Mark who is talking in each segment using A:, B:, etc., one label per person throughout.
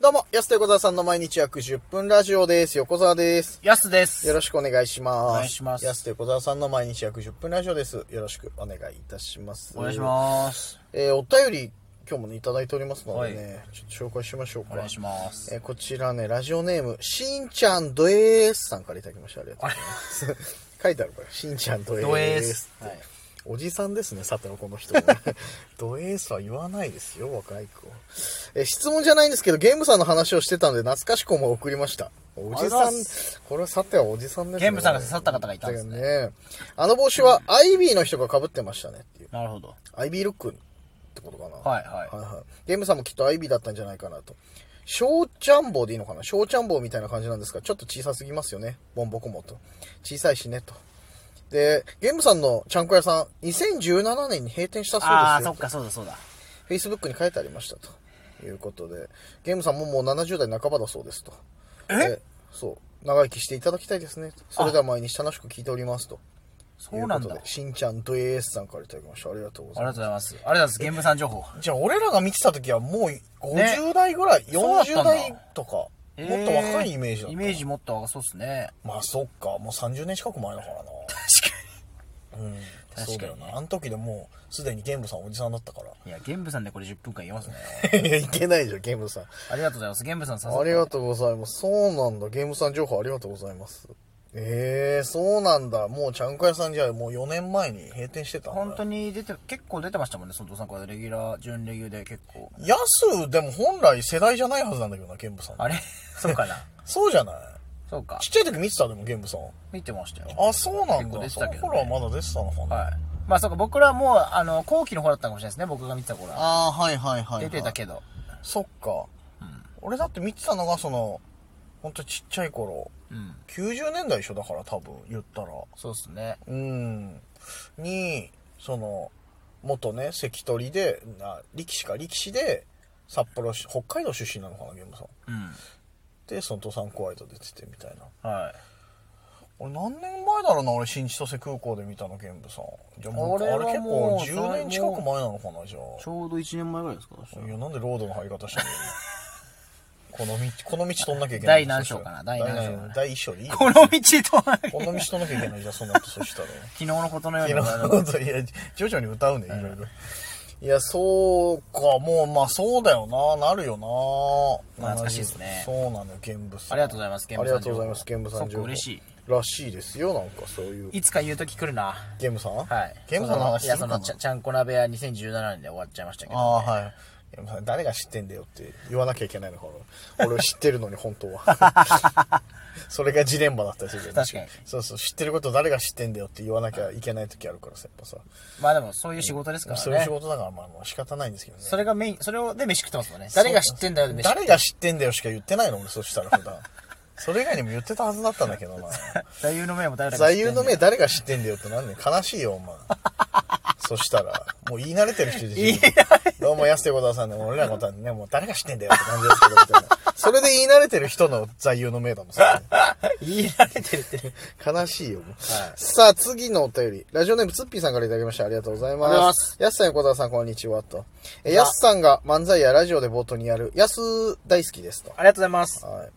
A: どうも、安と横澤さんの毎日約10分ラジオです。横澤です。
B: やすです。
A: よろしくお願いします。
B: お願いします
A: 安と横澤さんの毎日約10分ラジオです。よろしくお願いいたします。
B: お願いします。
A: す。えーお便り、今日もね、いただいておりますのでね、
B: は
A: ちょっと紹介しましょうか。
B: お願いします。
A: えーこちらね、ラジオネーム、しんちゃんどえーすさんからいただきました。ありがとうございます。 書いてあるから、しんちゃんどえ
B: ドエ
A: ー
B: ー
A: す
B: ス。。はい。
A: おじさんですね、さてのこの人 もね。ドエースは言わないですよ、若い子。え、質問じゃないんですけど、ゲームさんの話をしてたんで、懐かしくも送りました。おじさ
B: ありがとうござ
A: ん
B: いま、
A: これはさてはおじさんですね。
B: ゲームさんが刺さった方がいたんですね。
A: だよねあの帽子は、アイビーの人が被ってましたねっていう。
B: なるほど。
A: アイビールックってことかな。
B: はいはい
A: はいはい。ゲームさんもきっとアイビーだったんじゃないかなと。小ちゃんぼでいいのかな小ちゃんぼみたいな感じなんですが、ちょっと小さすぎますよね。ボンボコもと。小さいしね、と。で、ゲームさんのちゃんこ屋さん、2017年に閉店した
B: ああー、
A: そ
B: そうっか、そうだ、そうだ。
A: ですよ。Facebook に書いてありましたと。いうことで、ゲームさんももう70代半ばだそうですと。えそう。長生きしていただきたいですね。とそれでは毎日楽しく聞いておりますと。
B: そうなん
A: いう
B: だ。
A: こ
B: あり
A: とでしんちゃんと AS さんからいただきました。ありがとうござい
B: がと
A: ま
B: う
A: す
B: ご。ざいます。ありがとうございます。ゲームさん情報。
A: じゃあ俺らが見てた時はもう50
B: ね
A: 代ぐらい、
B: そうだった
A: 40
B: んだ
A: 代とか、もっと若いイメージだった、
B: イメージもっと若そうっすね。
A: まあそっかもう30年近く前だからな
B: 確か
A: うん
B: 確かに
A: そうだよなあの時でもうすでにゲームさんおじさんだったから
B: に。いや、ゲームさんでこれ10分間言いますね。
A: いやいけないじゃんゲーム さん
B: ありがとうございます。ゲームさん刺さった。
A: ありがとうございますそうなんだゲームさん情報ありがとうございますええー、そうなんだもうちゃんこ屋さんじゃあもう4年前に閉店してたんだ
B: 本当に出て、結構出てましたもんね、そのさんこれレギュラー、準レギュで結構。
A: ヤスでも本来世代じゃないはずなんだけどなゲームさん
B: あれそうかな。
A: そうじゃない
B: そうか
A: ちっ。ちゃい時見てたでもゲームさん
B: 見てましたよ。
A: あそうなん
B: 結
A: だ、
B: 構出て
A: その
B: たけどね
A: 頃はまだ出てたのかな、
B: はい。まあそうか、僕らはもう、あの、後期の方だったかもしれないですね、僕が見てた頃は。
A: ああはいはいはい、
B: 出てたけど。
A: そっか、俺だって見てたのがそのほんとちっちゃい頃
B: うん。
A: 90年代一緒だから多分言ったら
B: そうっすね。
A: うんにその元ね関取でな力士か力士で札幌市北海道出身なのかなゲームさん
B: うん。
A: でその登山コアイド出ててみたいな
B: はい。
A: 俺何年前だろうな俺新千歳空港で見たのゲームさんじゃあもうあ
B: 俺は
A: れ結構
B: もう
A: 10年近く前なのかなじゃあ
B: ちょうど1年前ぐらいですか
A: いや、なんでロードの入り方したんだよ。 この道、この道取んなきゃいけない。
B: 第何章かな第何章かな
A: 第1章でいいよ
B: この道とは、昨
A: この道取んなきゃいけないじゃん、そんな こと、そしたら。
B: 日のことのように
A: 昨日のこといや、徐々に歌うね、いろいろ。いや、そうか、もう、まあ、そうだよな、なるよな。
B: 懐かしいですね
A: そうなのよ、玄武さん。
B: ありがとうございます
A: ありがとうございます、玄
B: 玄
A: 武
B: 武
A: さ
B: さ
A: ん
B: ん
A: 情
B: 情
A: 報。
B: 報そっか嬉し
A: らしいですよ、なんかそういう。
B: いつか言うとき来るな。
A: 玄武さん
B: はい。
A: 玄武さんの話す
B: い
A: る
B: や、
A: か
B: そ
A: な
B: のちゃ、ちゃんこ鍋は2017年で終わっちゃいましたけど。
A: ああはいいやまあ誰が知ってんだよって言わなきゃいけないのかな俺を知ってるのに本当 はそれがジレンマだったりするけど
B: 確かに
A: そうそう知ってること誰が知ってんだよって言わなきゃいけない時あるからさやっぱさ
B: まあでも、そういう仕事ですから
A: そういう
B: ね
A: 仕。事だからまあまあ仕方ないんですけどね
B: それがメイン、それをで飯食ってますもんね。誰が知ってんだよで飯食って
A: 誰が知ってんだよしか言ってないの俺そしたら普段それ以外にも言ってたはずだったんだけどな
B: 座右の銘も誰だ
A: 座
B: か知ってんだ
A: 右
B: よ
A: の銘誰が知ってんだよってなんねん悲しいよお 前そしたらもう言い慣れてる人でしょどうも安手小沢さんで俺らのことはねもう誰が知ってんだよって感じですけどみたいなそれで言い慣れてる人の座右の銘だもんそれ
B: 言いられてるって。
A: 悲しいよ、もうさあ次のお便りラジオネームツッピーさんからいただきましたありがとうござい
B: ありがとうござい
A: ま
B: ますす
A: やすさん横澤さんこんにちはとえやすさんが漫才やラジオで冒頭にやるやす大好きですと
B: ありがとうございます。
A: はい。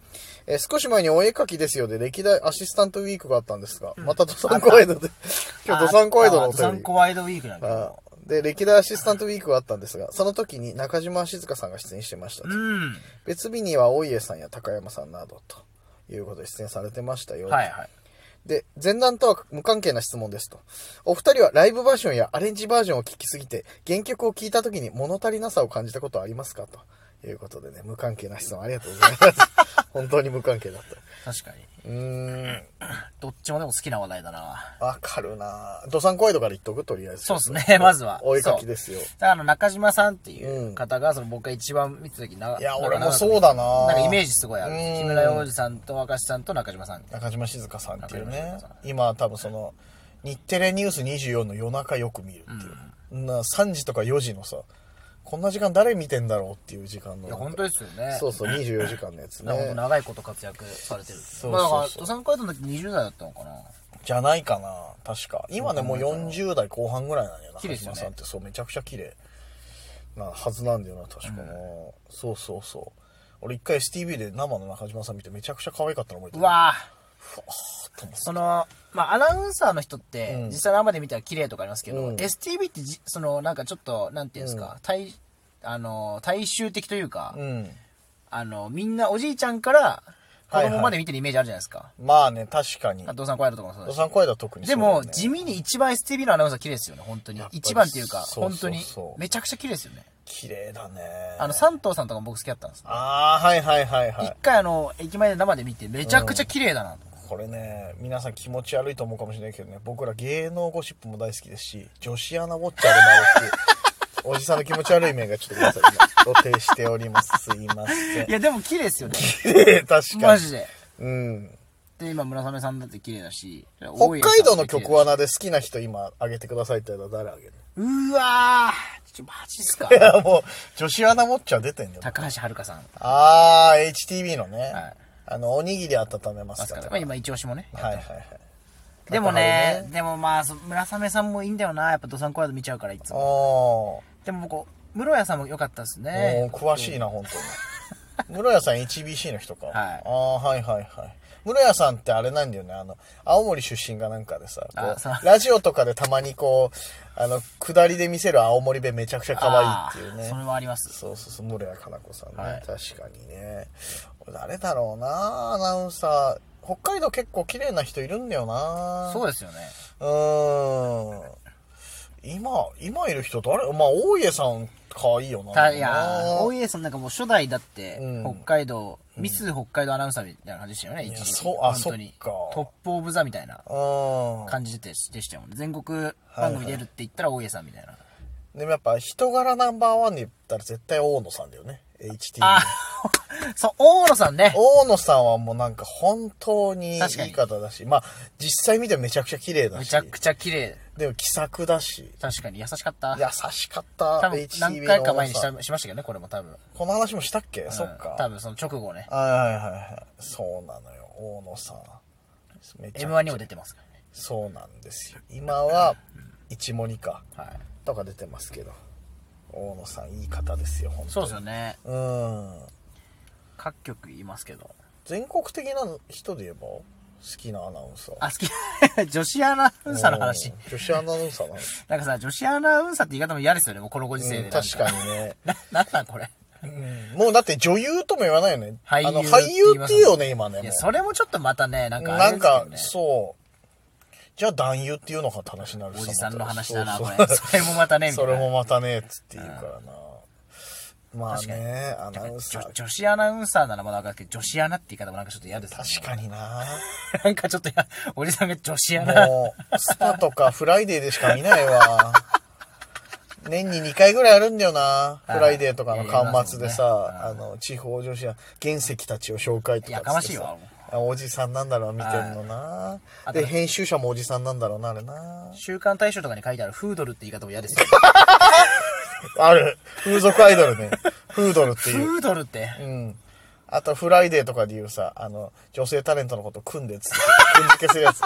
A: えー少し前にお絵描きですよで歴代アシスタントウィークがあったんですが、またドサンコワイドで、 今日ドサンコワイドのお
B: あドサ
A: 便
B: ン
A: り
B: コ。ワイドウィークなんだけ
A: あ
B: ど。
A: ーで、歴代アシスタントウィークがあったんですが、その時に中島静香さんが出演してましたと。
B: うん。
A: 別日には大家さんや高山さんなどということで出演されてましたよ。
B: はいはい。
A: で、前段とは無関係な質問ですと。お二人はライブバージョンやアレンジバージョンを聞きすぎて、原曲を聴いた時に物足りなさを感じたことはありますかということでね、無関係な質問ありがとうござい ます。本当に無関係だった。
B: 確かに。
A: うーん、
B: どっちもでも好きな話題だな。
A: わかるなドサンコワイドから言っとく、とりあえず。
B: そう ですね、まずは。
A: お絵描きですよ。
B: だから中島さんって
A: う
B: い
A: ん
B: う方が、その僕が一番見てた時な、
A: いや、
B: なんか
A: 俺もそうだな
B: なんかイメージすごいある
A: うん。
B: 木村洋二さんと若志さんと中島さん。
A: 中島静香さんっていう
B: 中島
A: ね
B: 静香さん。
A: 今多分その、日テレニュース24の夜中よく見るっていう。な3時とか4時のさ、こんな時間誰見てんだろうっていう時間の。
B: いや、本当ですよね。
A: そうそう、24時間のやつ
B: なんか本当
A: ね。
B: 長いこと活躍されてる。
A: そうそうそう
B: まあだから、ドサンコイトの時20代だったのかな。
A: じゃないかな、確か。今ね、もう40代後半ぐらいなんやな、
B: 綺麗ですよ
A: 中島
B: ね
A: さんって。そう、めちゃくちゃ綺麗なはずなんだよな、確かな。そうそうそう。俺一回 STV で生の中島さん見てめちゃくちゃ可愛かったの覚えて
B: う
A: る。
B: わ
A: と思って
B: その、まあ、アナウンサーの人って、
A: うん
B: 実際生で見たら綺麗とかありますけど、
A: うん
B: STV ってじ、その、なんかちょっと、なんていうんですか、大、あの、大衆的というか、
A: うん。
B: あの、みんなおじいちゃんから、子
A: はいはい
B: 供まで見てるイメージあるじゃないですか。
A: まあね、確かに。
B: あ父さんこうやるとかもそうだ
A: お
B: し。
A: さん声だと特にそ
B: で
A: うだよ
B: も、
A: ね
B: 地味に一番 STV のアナウンサー綺麗ですよね、本当に
A: やっ。ぱり
B: 一番っていうか、
A: そうそう
B: 本
A: そ
B: 当
A: う
B: に。めちゃくちゃ綺麗ですよね。
A: 綺麗だね。
B: あの、三藤さんとかも僕好きだったんです。
A: あーはいはいはいは
B: 一
A: い。
B: 回あの、駅前で生で見て、めちゃくちゃ綺麗だなと。
A: これね、皆さん気持ち悪いと思うかもしれないけどね、僕ら芸能ゴシップも大好きですし、女子アナウォッチャーでもあるっていう、 おじさんの気持ち悪い面がちょっと皆さん今、露呈しております。すいま せん
B: い。や、でも綺麗ですよね。
A: 綺麗、確か
B: マ
A: に。
B: ジで。
A: うん。
B: で、今、村雨さんだって綺麗だし。
A: 北海道の曲
B: は
A: 穴で好きな人今、あげてくださいって言ったら誰あ げる
B: うわーちょ、マジっすか
A: いや、もう、女子アナウォッチャー出てんだよ。
B: 高橋遥さん。
A: あー、HTV のね、
B: はい
A: あの、おにぎり温めま
B: ますす
A: か。
B: からら。まあ今、一押しもね。
A: はいはいはい。
B: でも
A: 高
B: ね
A: 橋、
B: でもまあ、そ村雨さんもいいんだよな。やっぱ、ドサンコワード見ちゃうから、いつも。
A: おー。
B: でも僕、室屋さんも良かったです
A: お
B: ね
A: ー。詳しいな、本当に。室屋さん HBC の人 か。ああ、はいはいはい。室屋さんってあれなんだよね、あの、青森出身がなんかでさ、こ
B: あそう
A: うラジオとかでたまにこう、あの、下りで見せる青森弁めちゃくちゃ可愛いっていう
B: あー
A: ね
B: そ。れはあります。
A: そうそうそう、室屋かな子さんね、
B: はい
A: 確かにね。誰だろうな、アナウンサー。北海道結構綺麗な人いるんだよな。
B: そうですよね。
A: うーん。今、今いる人誰まあ、大家さん、可愛いよな。
B: たいやー、大家さんなんかもう初代だって、
A: うん
B: 北海道、ミス北海道アナウンサーみたいな感じでしたよね、一時期
A: そうあ
B: 本当に
A: そっか
B: トップオブザみたいな
A: うん。
B: 感じででしたよね。全国番組出るって言ったら大家さんみたいな。
A: でもやっぱ人柄ナンバーワンで言ったら絶対大野さんだよね。HT。
B: あ、 そう、大野さんね。
A: 大野さんはもうなんか本当にいい
B: 確かに
A: 方だし、まあ実際見てもめちゃくちゃ綺麗だ
B: め
A: し
B: ち、ゃくちゃ綺麗。
A: でも気さくだし、
B: 確かに優しかった。
A: 優しかった
B: 多
A: HTV
B: 分
A: の
B: 何回か前に
A: 大
B: し
A: 野さん
B: たしましたけどね、これも多分。
A: この話もしたっけ、そっ
B: 多
A: か。
B: 分その直後ね。
A: はいはいはいはい。そうなのよ、大野さん。めちゃくちゃ
B: M1 にも出てますからね。
A: そうなんですよ。今は、一モニか、
B: はい。
A: とか出てますけど、大野さんいい方ですよ、本当
B: そうですよね。
A: に。うん。
B: 各局言いますけど。
A: 全国的な人で言えば好きなアナウンサー
B: あ、好き。 女子アナウンサーの話。
A: 女子アナウンサーなの、
B: なんかさ、女子アナウンサーって言い方も嫌ですよね、もうこのご時世で、
A: うん確かにね、
B: な。なんなんこれ。
A: もうだって女優とも言わないよね
B: 俳優
A: あの俳優っていうよね今ね
B: い
A: も
B: や、
A: う
B: それもちょっとまたね、なんかあ
A: な
B: れ
A: ん
B: ですよ
A: か
B: ね、
A: そうじゃあ男優っていうのかって話になる
B: おじさんの話だな、
A: そう
B: こ
A: そう
B: れ。それもまたね、みた
A: そ
B: いな。
A: れもまたねっつって言うからな、まあ
B: 確かに
A: ねアナウンサー
B: 女女子アナウンサーならまだわかるけど、女子アナって言い方もなんかちょっと嫌です、ね。
A: 確かにな
B: なんかちょっと嫌、おじさんが女子アナ。
A: もうスパとかフライデーでしか見ないわ年に2回ぐらいあるんだよな。
B: い
A: フライデーとかの端末でさ、
B: は
A: あの、地方女子や原石たちを紹介とかっつってさ
B: やかましいわ。
A: あおじさんなんだろうな見てんのな。
B: あと。
A: で、編集者もおじさんなんだろうな、あれな
B: 週刊大賞とかに書いてあるフードルって言い方も嫌ですよ。
A: ある。風俗アイドルね。フードルっていう。
B: フードルって。
A: うん。あと、フライデーとかで言うさ、あの、女性タレントのこと組んでっつって、組ん付けする やつ。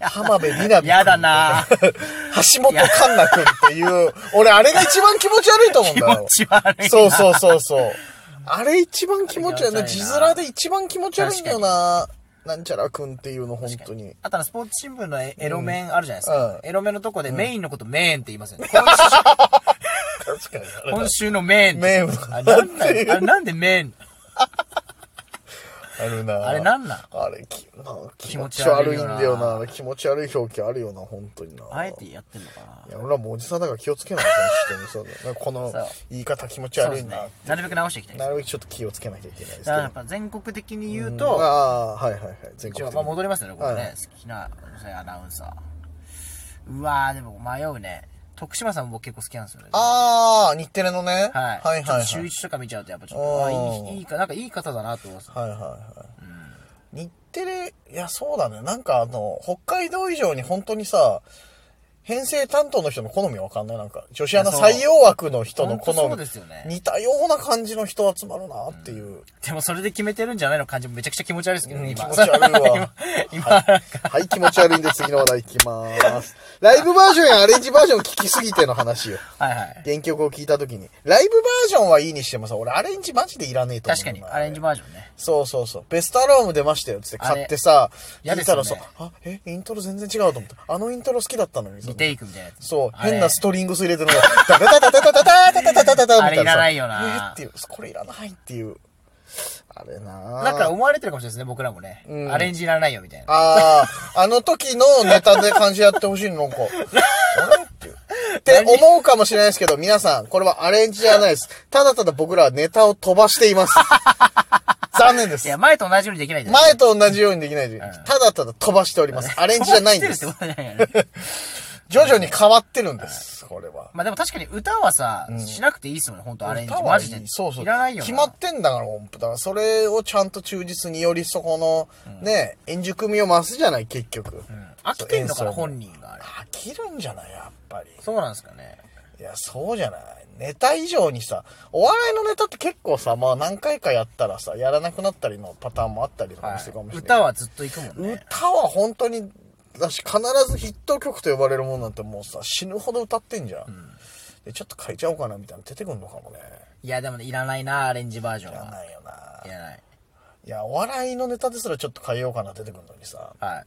A: 浜辺美波君
B: 嫌だな
A: 橋本環奈君っていう、俺あれが一番気持ち悪いと思うんだよ。
B: 気持ち悪いな
A: そうそうそう そう。あれ一番気持ち悪いな。
B: 気
A: 字
B: 持ち悪いな
A: 面で一番気持ち悪いんだよな。なんちゃら君っていうの、本当に。
B: あとあの、スポーツ新聞のエエロ面あるじゃないですか。
A: うん
B: エロ面のとこでメインのことメーンって言いますよね。
A: 確かに。
B: 今週のメーン。
A: メーン
B: あれなんなんあれなんでメーン
A: あるな。
B: あれなんなん
A: あれきな気
B: 気
A: 持
B: 持
A: ち
B: ち
A: 悪
B: 悪
A: い
B: い
A: ん
B: よな
A: だよな。気持ち悪い表記あるよな、本当にな。
B: あえてやってんのかない
A: や、俺らもうおじさんだから気をつけないとそうだよこの
B: そう
A: 言い方気持ち
B: そう
A: 悪
B: で
A: い
B: すね
A: な。。
B: なるべく直していきたいです。
A: なるべくちょっと気をつけなきゃいけないですけ
B: だ
A: ど
B: からやっ。ぱ全国的に言う
A: あ
B: と、
A: あ、はいはいはい。全
B: 一
A: 国
B: 応
A: 的
B: まあ
A: に。
B: 戻りますよね、これ
A: は
B: ね
A: い。
B: 好きな女性アナウンサー。うわー、でも迷うね。徳島さんも僕結構好きなんですよね。
A: ああ、日テレのね。
B: はい。
A: はいはいは
B: ちょっ
A: い。
B: と週一とか見ちゃうとやっぱちょっ
A: お
B: と、あ
A: ー
B: いい、いいか、なんかいい方だなと思います。
A: はいはいはい。日テレ、いや、そうだね。なんかあの、北海道以上に本当にさ、編成担当の人の好みはわかんない。なんか、女子アナ
B: いやそう
A: 採用枠の人の好み。
B: ほんとそうですよね
A: 似たような感じの人集まるなっていう。
B: でもそれで決めてるんじゃないの感じもめちゃくちゃ気持ち悪いですけどね、
A: うん気
B: 今。
A: 持ち悪いわ
B: 今、今なんか
A: はい、気持ち悪いんで次の話題いきまーす。ライブバージョンやアレンジバージョン聞きすぎての話よ。
B: はいはい。
A: 原曲を聞いたときに。ライブバージョンはいいにしてもさ、俺アレンジマジでいらねえと思う。
B: 確かに、アレンジバージョンね。
A: そうそうそう。ベストアルバム出ましたよっつって買ってさ、
B: あ
A: 聞
B: れ
A: いたらさ、
B: 嫌で
A: あ、え、イントロ全然違うと思った。あのイントロ好きだったのにさ
B: リ。テイクみたいなやつ。
A: そう、
B: あれ
A: 変なストリングス入れてるのが、ダダダダダダダダダダダダダ
B: あ
A: みた
B: れ
A: いなさ。
B: いらないよ
A: え
B: な
A: っていう、これいらないっていう。あれな
B: なんか思われてるかもしれないですね、僕らもね。
A: うん
B: アレンジいらないよみたいな。
A: ああ、あの時のネタで感じやってほしい の、なんか。あれっていうって思うかもしれないですけど、皆さん、これはアレンジじゃないです。ただただ僕らはネタを飛ばしてい ます。残念で
B: い
A: す
B: や、。前と同じようにできないじゃん。
A: 前と同じようにできないで、ただただ飛ばしております。アレンジじゃないんで
B: 知
A: す
B: ってるっ。てことだよね。
A: 徐々に変わってるんです、これは。
B: まあでも確かに歌はさ、しなくていいっすよね、本当アレンジ。
A: 歌はいい
B: マジで。
A: そうそう。
B: いらないよな。
A: 決まってんだから、音符。だから、それをちゃんと忠実により、そこの、ね、演じ組みを増すじゃない、結局。
B: 飽きてんのか
A: そう演奏も
B: な、本人があれ。
A: 飽きるんじゃない、やっぱり。
B: そうなんですかね。
A: いや、そうじゃない。ネタ以上にさ、お笑いのネタって結構さ、まあ何回かやったらさ、やらなくなったりのパターンもあったりとか
B: は
A: してるかも
B: い、
A: しれない。
B: 歌はずっと行くもんね。
A: 歌は本当に、だし必ずヒット曲と呼ばれるもんなんてもうさ、死ぬほど歌ってんじゃん。で、ちょっと変えちゃおうかなみたいなの出てくんのかもね。
B: いやでもね、いらないな、アレンジバージョン
A: やん
B: は。
A: ないよな。
B: いらない。
A: いや、お笑いのネタですらちょっと変えようかな出てくるのにさ。
B: は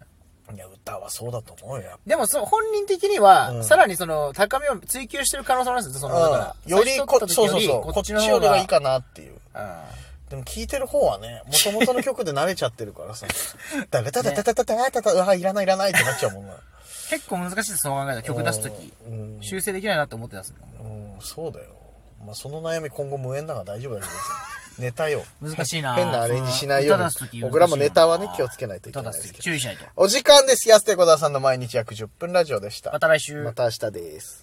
B: い。
A: いや、歌はそうだと思うよ、やっぱ
B: でもそう、本人的には、さらにその、高みを追求してる可能性もあるんですよ、その、だから。
A: うんよりこ、
B: 最初
A: そうそ
B: 撮った
A: う
B: 時
A: そう、こっち
B: の方
A: よりはいいかなっていう。
B: うん
A: でも聴いてる方はね、元々の曲で慣れちゃってるからさ、ダメタタタタタタタタ、うわ、いらないいらないってなっちゃうもんな。
B: 結構難しいです、その考えたら曲出すとき
A: うん。
B: 修正できないなって思ってたんですも
A: うん、そうだよ。まあ、その悩み今後無縁だから大丈夫だけどさ、ネタよ。
B: ん難しいな
A: 変なアレンジしないよう
B: 歌出す時
A: に。僕らもネタはね、気をつけないといけ
B: 歌
A: ない
B: 出
A: ですす
B: と
A: け
B: き
A: ど。
B: 注意しないと。
A: お時間です。安手小沢さんの毎日約10分ラジオでした。
B: また来週。
A: また明日です。